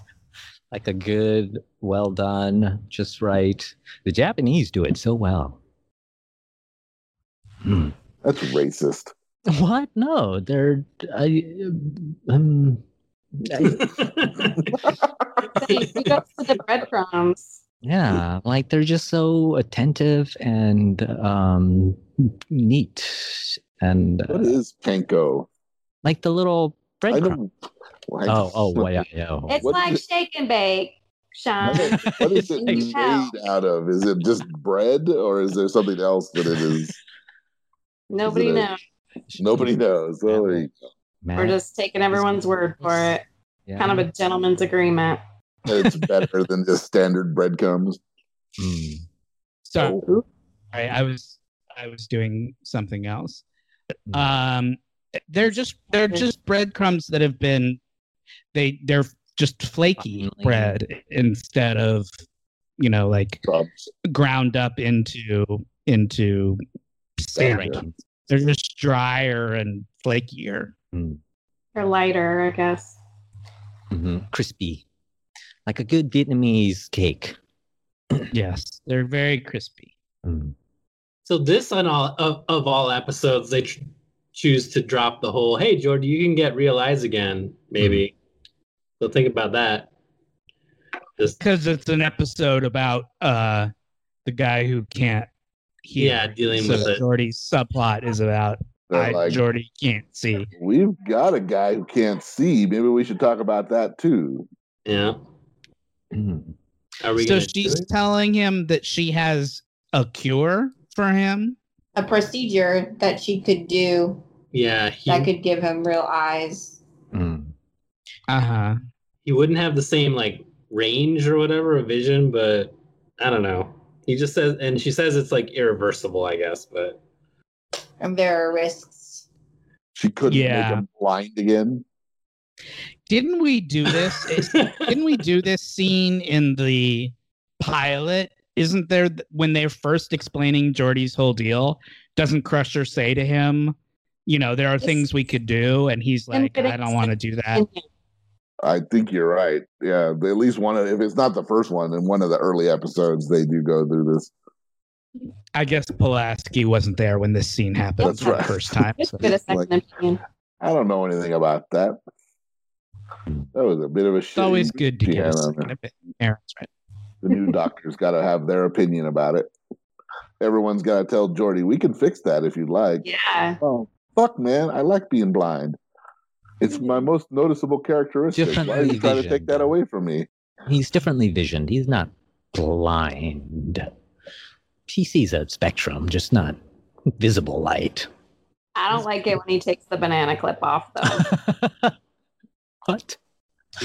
Like a good, well done, just right. The Japanese do it so well. Hmm.
That's racist.
What? No, they're I, um I-
See, you go to the breadcrumbs.
yeah, like they're just so attentive and um neat and
What
uh,
is panko?
like the little
I
breadcrumbs.
don't.
Oh, oh, well, yeah, yeah.
It's
What
like
is-
shake and bake.
What
shine.
is- what is it
It's
made out of? Is it just bread, or is there something else that it is?
Nobody
Is it a-
knows.
Nobody knows. Well, there you go.
We're just taking everyone's word for it. Kind of a gentleman's agreement.
It's better than just standard breadcrumbs.
Mm,
Oh.
Sorry, I was I was doing something else. Um, they're just they're just breadcrumbs that have been they they're just flaky
Finally.
bread instead of you know like
Crumbs.
ground up into into sandwich. They're just drier and flakier.
Or lighter, I guess.
Mm-hmm. Crispy, like a good Vietnamese cake.
Yes, they're very crispy.
Mm,
So this on all of, of all episodes, they ch- choose to drop the whole. Hey, Jordan, you can get real eyes again, maybe.
Mm-hmm.
So think about that. Just
Because it's an episode about uh the guy who can't hear.
Yeah, dealing
so
with it.
Jordy's subplot is about
They're
I,
like,
Jordy can't see.
We've got a guy who can't see. Maybe we should talk about that too.
yeah.
mm,
Are we
So
gonna do
she's
it?
telling him that she has a cure for him.
A procedure that she could do
yeah. He,
that could give him real eyes.
mm.
Uh huh.
he wouldn't have the same like range or whatever of vision, but I don't know. He just says, and she says it's like irreversible, I guess. But
And there are risks.
She couldn't
Yeah.
make him blind again.
Didn't we do this? Is- Didn't we do this scene in the pilot? Isn't there th- when they're first explaining Jordy's whole deal? Doesn't Crusher say to him, you know, there are
Yes.
things we could do? And he's
And
like,
but
I don't
it's-
want to do that.
And
I think you're right. Yeah, they at least one of if it's not the first one, in one of the early episodes they do go through this.
I guess Pulaski wasn't there when this scene happened
That's
for the
right.
first time.
just
so-
get a second
Like-
opinion.
I don't know anything about that. That was a bit of a
It's
shit.
always good to get
Yeah, I
a
know.
second opinion. Aaron's right.
The new doctor's got to have their opinion about it. Everyone's got to tell Jordy, we can fix that if you'd like.
Yeah.
Oh, fuck, man. I like being blind. It's my most noticeable characteristic. Why are you
Differently
trying to take
visioned.
that away from me?
He's differently visioned. He's not blind. He sees a spectrum, just not visible light.
I don't like it when he takes the banana clip off though.
what?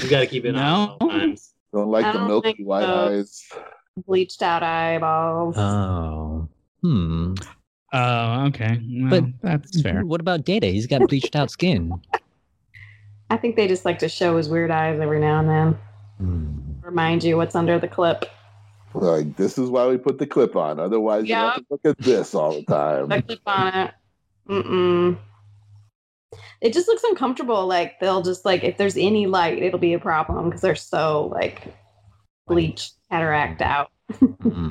you got to keep it on
No.
at all times.
Don't like
I
the
don't
milky
think
white
so.
eyes.
Bleached out eyeballs.
Uh.
Oh. Hmm.
Oh, okay.
But-
but Mhm. that's fair.
What about Data? He's got bleached out skin.
I think they just like to show his weird eyes every now and then.
Hmm.
Remind you what's under the clip.
Like, this is why we put the clip on. Otherwise, you have to look at this all the
The
time.
clip on it. Mm-mm. It just looks uncomfortable. Like they'll just like if there's any light, it'll be a problem because they're so like bleached, cataract out.
Hmm.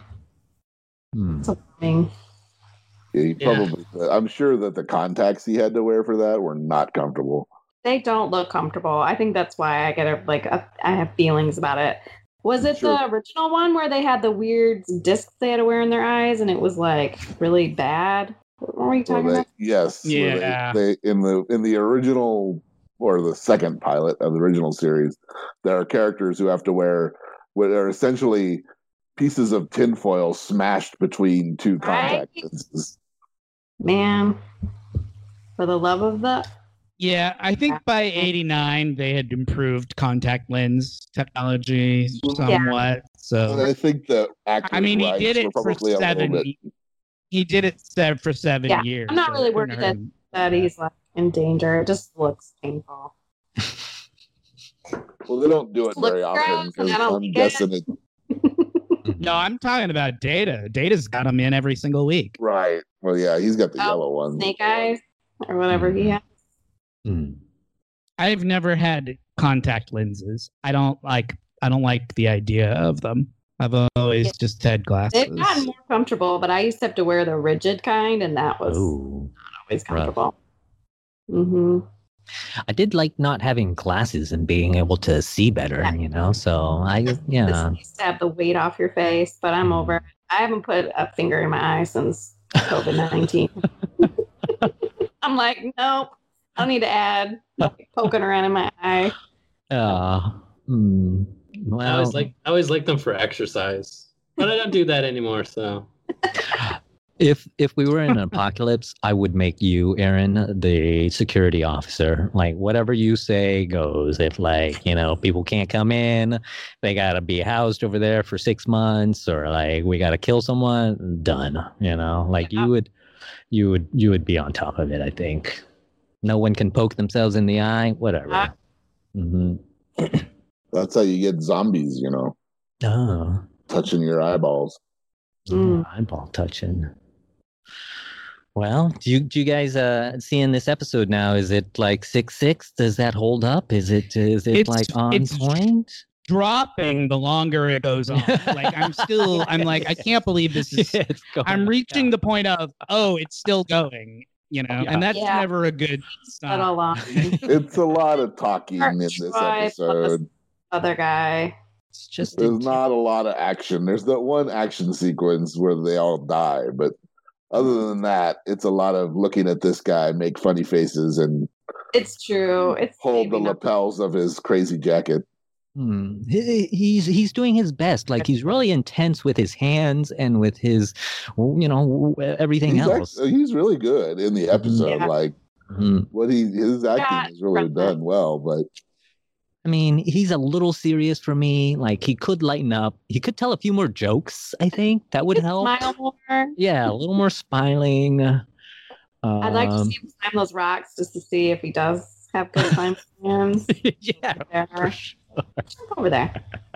Hmm.
I mean,
He
Yeah.
probably, I'm sure that the contacts he had to wear for that were not comfortable.
they don't look comfortable. I think that's why I get a, like a, I have feelings about it. Was it
Sure.
the original one where they had the weird discs they had to wear in their eyes and it was like really bad? What were we
Well,
talking
they,
about?
yes. where they-
Yeah.
They, in the in the original or the second pilot of the original series, there are characters who have to wear what are essentially pieces of tinfoil smashed between two contact
Right.
lenses.
Man, for the love of the
Yeah, I think by 89 they had improved contact lens technology somewhat.
And
So
I think the actors
Uh, I mean, he
rights
did
were
it for
probably a little bit.
70. He did it se- for 7
Yeah,
years.
I'm not
so
really
it
worried
couldn't hurt him.
that he's like in danger. It just looks painful.
Well, they don't do it
Look
very often
gross, and
because
I don't
I'm
like it.
guessing it
No, I'm talking about Data. Data's got him in every single week.
right. Well, yeah, he's got the
Oh,
yellow one.
Snake eyes or whatever he has.
Hmm.
I've never had contact lenses. I don't like I don't like the idea of them. I've always just had glasses.
They've gotten more comfortable, but I used to have to wear the rigid kind, and that was
Oh.
always comfortable. Mm-hmm.
I did like not having glasses and being able to see better, you know? So I, yeah.
It's nice to have the weight off your face, but I'm over. it. I haven't put a finger in my eye since COVID 19. I'm like, nope, I don't need to add like, poking around in my eye.
Uh, hmm. Well,
I always like I always like them for exercise, but I don't do that anymore. So
if if we were in an apocalypse, I would make you, Aaron, the security officer. Like whatever you say goes. If like you know people can't come in, they gotta be housed over there for six months, or like we gotta kill someone. Done. You know, like you would, you would, you would be on top of it. I think. No one can poke themselves in the eye. Whatever. hmm
That's how you get zombies, you know,
Oh,
touching your eyeballs.
Mm.
yeah, Oh, eyeball touching. Well, do you do you guys uh seeing this episode now? Is it like six six? Does that hold up? Is it is it
It's-
like on
it's-
point?
dropping the longer it goes on. Like I'm still, I'm like, I can't believe this is.
It's going
I'm reaching
down.
the point of, oh, it's still going, you know,
Yeah.
and that's
Yeah.
never a good
But a
sign.
lot.
It's a lot of talking in this
Try plus
episode.
Other guy.
It's just
There's
a-
not a lot of action. There's that one action sequence where they all die, but other than that, it's a lot of looking at this guy make funny faces and
It's true. It's
hold the
maybe not-
lapels of his crazy jacket.
Hmm. He- he's he's doing his best. Like he's really intense with his hands and with his, you know, everything
He's,
else.
act- he's really good in the episode.
Yeah.
Like
Hmm.
what he his acting
Yeah,
is really
right.
done well, but
I mean, he's a little serious for me. Like he could lighten up. He could tell a few more jokes. I think that would help.
Smile more.
Yeah, a little more smiling. Um,
I'd like to see him climb those rocks just to see if he does have good time plans.
yeah,
There.
for sure.
Jump over there.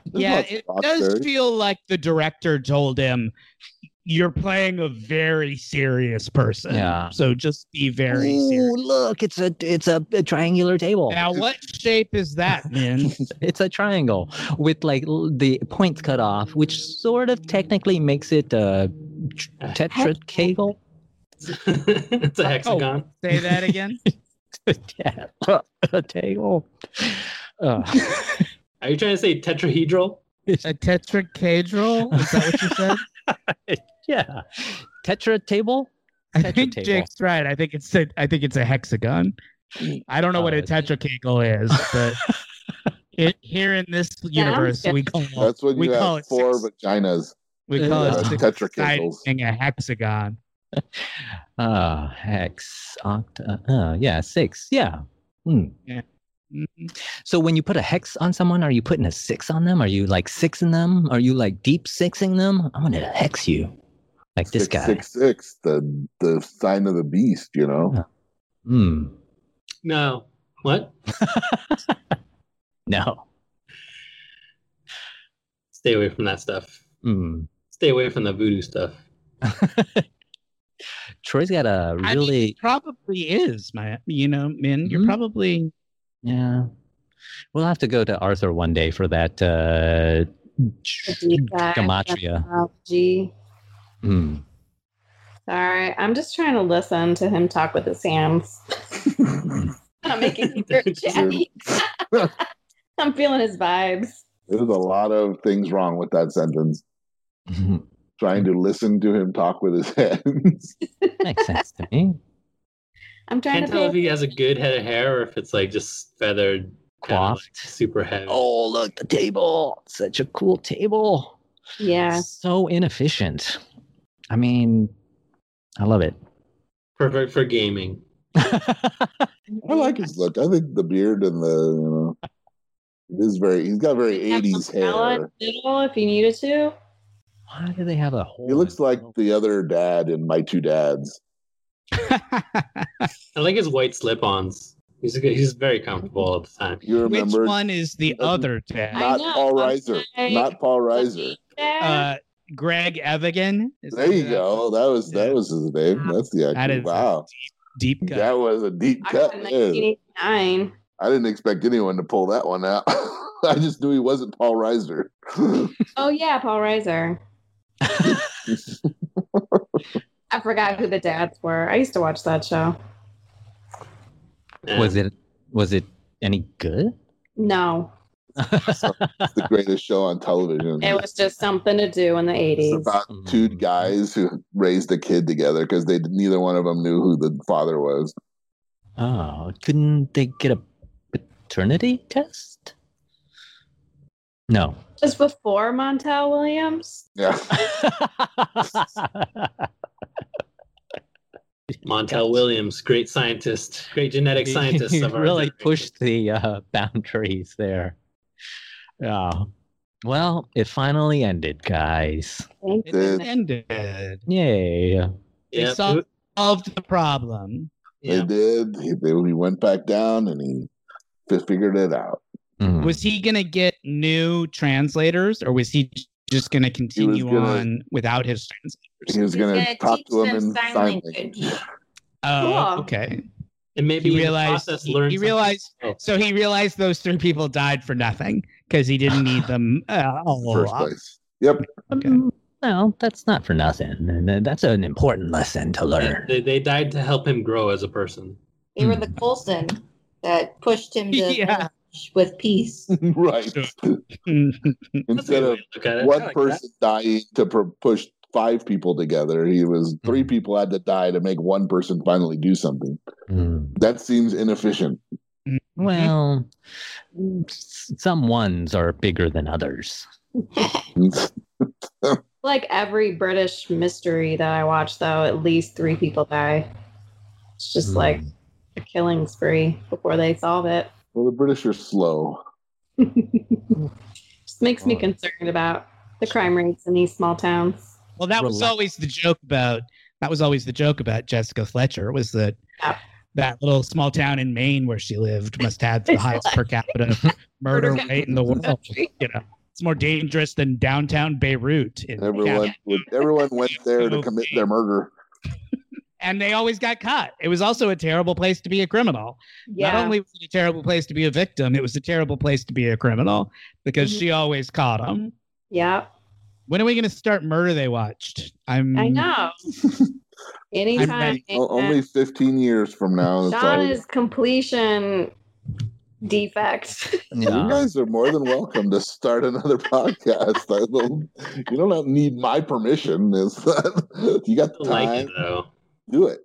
there's
Yeah,
lots of
it
rocks
does
there.
feel like the director told him, "You're playing a very serious person,
Yeah.
so just be very
Ooh,
serious."
look, it's a it's a, a triangular table.
Now, what shape is that, man?
It's a triangle with like l- the points cut off, which sort of technically makes it a tr- tetracagle.
it's
Oh.
a hexagon.
Say that again.
yeah, a table. Uh,
Are you trying to say tetrahedral?
a tetracadral? Is that what you said?
yeah, tetra table.
I think
Tetracadral.
Jake's right. I think it's a, I think it's a hexagon. I don't know what
Oh,
a
it's-
tetracadral is, but it, here in this universe, we call
That's when
we
you
call
have
it
four
six,
vaginas.
we call
uh,
it six
tetracadrals.
siding a hexagon.
Ah, hex, octa. Uh, yeah, six. Yeah. Hmm.
Mhm.
So when you put a hex on someone, are you putting a six on them? Are you like sixing them? Are you like deep sixing them? I'm gonna hex you, like this
Six,
guy.
six, six, the the sign of the beast. You know,
Yeah. Hmm.
No. What?
No.
Stay away from that stuff.
Hmm.
Stay away from the voodoo stuff.
Troy's got a
I mean,
really
probably is, man. You know, man, you're
Mhm.
probably
yeah. We'll have to go to Arthur one day for that uh,
A deep dive.
gematria.
Oh, gee.
Hmm.
Sorry. I'm just trying to listen to him talk with his hands. I'm making dirt chatty. I'm feeling his vibes.
there's a lot of things wrong with that sentence. Trying to listen to him talk with his hands.
Makes sense to me.
I'm trying
Can't
to
tell if
pay-
he has a good head of hair or if it's like just feathered, kinda, like,
Quaffed.
super heavy.
Oh, look, the table. Such a cool table.
Yeah.
So inefficient. I mean, I love it.
Perfect for gaming.
I like his look. I think the beard and the you know, it is very. He's got very
Have
'80s
some salad
hair.
noodle if you needed to.
Why do they have a whole?
He looks like the other dad in My Two Dads.
I like his white slip-ons. He's a good, he's very comfortable all the time.
You
Which
remember?
one is the
doesn't-
other dad?
Not
I know,
Paul
I'm
Reiser.
like-
Not Paul Reiser.
Yeah.
Uh, Greg Evigan. Is
There you
that-
go. That was
Yeah.
that was his name. That's the
That
actor.
is a
Wow,
Deep cut.
that was a deep
I
cut.
got
there.
1989.
I didn't expect anyone to pull that one out. I just knew he wasn't Paul Reiser.
Oh yeah, Paul Reiser. I forgot who the dads were. I used to watch that show.
Yeah.
Was it? Was it any good?
No,
it's the greatest show on television.
it was just something to do in the
It's
eighties.
about two guys who raised a kid together because they neither one of them knew who the father was.
Oh, couldn't they get a paternity test? No.
Just before Montel Williams.
Yeah.
Montel Williams, great scientist, great genetic scientist
You
of our
really
generation.
pushed the uh, boundaries there. Yeah. Well, it finally ended, guys.
Thank
It
Did-
ended.
Yay.
They
Yep.
saw- Solved the problem.
They
Yep.
did. He, they, he went back down and he fi- figured it out.
Mm.
Was he gonna get new translators, or was he j- just gonna continue
gonna-
on without his translators?
He was
He's
going to
gonna
talk
teach
to him
them
in
sign
sign
language.
language.
Oh,
Cool.
okay.
and maybe
He
in the
realized.
process
he-
learned
he
something.
realized.
Oh.
So he realized those three people died for nothing because he didn't need them. Uh, a whole
First
lot.
place. Yep.
Okay.
Mm, Well, that's not for nothing. And uh, that's an important lesson to learn.
They, they died to help him grow as a person.
They were the Colson that pushed him to
Yeah.
finish with peace.
right.
Hmm.
That's a good
Instead
way
of
to look at it. I
one
like
person dying to pr- push five people together, he was three
Mhm.
people had to die to make one person finally do something.
Mm.
That seems inefficient.
Well, s- some ones are bigger than others.
Like every British mystery that I watch, though, at least three people die. It's just
Hmm.
like
Mm.
a killing spree before they solve it.
well, the British are slow.
Just makes me concerned about the crime rates in these small towns.
Well, that was
Relax.
always the joke about that was always the joke about Jessica Fletcher was that
Yeah.
that little small town in Maine where she lived must have the highest per capita murder
Murder
rate in the world.
country.
You know, it's more dangerous than downtown Beirut. in
Everyone
Canada.
would, everyone went there to commit their murder.
and they always got caught. It was also a terrible place to be a criminal.
Yeah.
Not only was it a terrible place to be a victim, it was a terrible place to be a criminal because
Mhm.
she always caught them.
yeah.
When are we going to start Murder They Watched? I'm
I know. Anytime.
O- only 15 years from now. That's all.
Sean is completion defect.
You
Yeah.
guys are more than welcome to start another podcast. I don't, you don't need my permission. Is that you got
I
the
like
time?
it though.
Do it.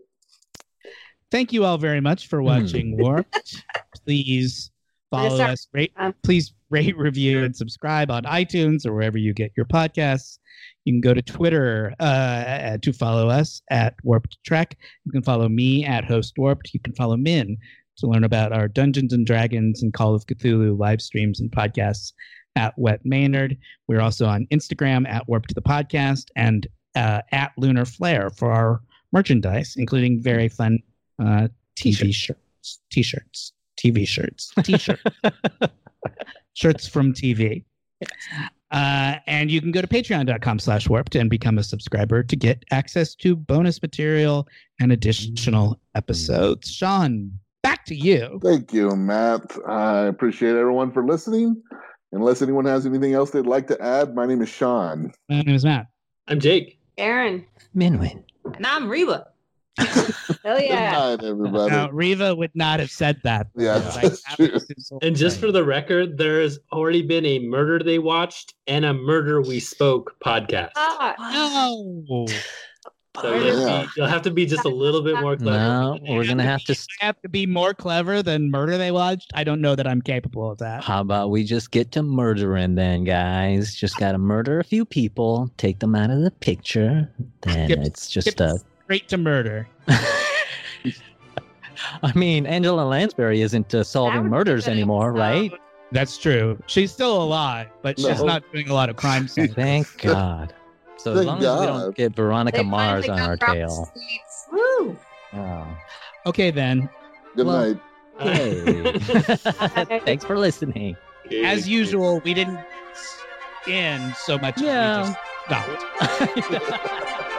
thank you all very much for watching Warped. Please
I'm gonna
follow
start-
us. Rate,
um,
please rate, review, and subscribe on iTunes or wherever you get your podcasts. You can go to Twitter uh, to follow us at Warped Trek. You can follow me at Host Warped. You can follow Min to learn about our Dungeons and Dragons and Call of Cthulhu live streams and podcasts at Wet Maynard. We're also on Instagram at Warped the Podcast and uh, at Lunar Flare for our merchandise, including very fun uh, TV shirts, T-shirts, TV shirts, T-shirts, shirts from TV. Uh, and you can go to patreon.com slash warped and become a subscriber to get access to bonus material and additional episodes. Sean, back to you.
Thank you, Matt. I appreciate everyone for listening. Unless anyone has anything else they'd like to add, my name is Sean.
My name is Matt.
I'm Jake.
Aaron.
Minwin.
and I'm Reba.
Hell Oh, yeah.
Good night, everybody.
Now, Riva would not have said that.
Yeah,
If I
that's
haven't
true.
since-
And just for the record, there's already been a murder they watched and a murder we spoke podcast.
Ah,
No,
So
Murder
you'll,
Yeah.
be, you'll have to be just a little bit more clever.
No, we're going to have to.
I have to be more clever than murder they watched. I don't know that I'm capable of that.
How about we just get to murdering then, guys? Just got to murder a few people, take them out of the picture. Then
Skip-
it's just
skip-
a.
Straight to murder.
I mean, Angela Lansbury isn't uh,
That
solving
would be
murders
good
anymore,
episode.
right?
That's true. She's still alive, but she's
No.
not doing a lot of crime scenes.
Thank God. So as
Thank
long as we
God.
don't get Veronica
They
Mars
finally
on
got
our
Robert
tail.
States.
Woo!
Oh.
okay, then.
Good
Well,
night.
Oh, Hey.
Bye.
Thanks for listening.
As usual, we didn't end so much. as We
Yeah.
just stopped.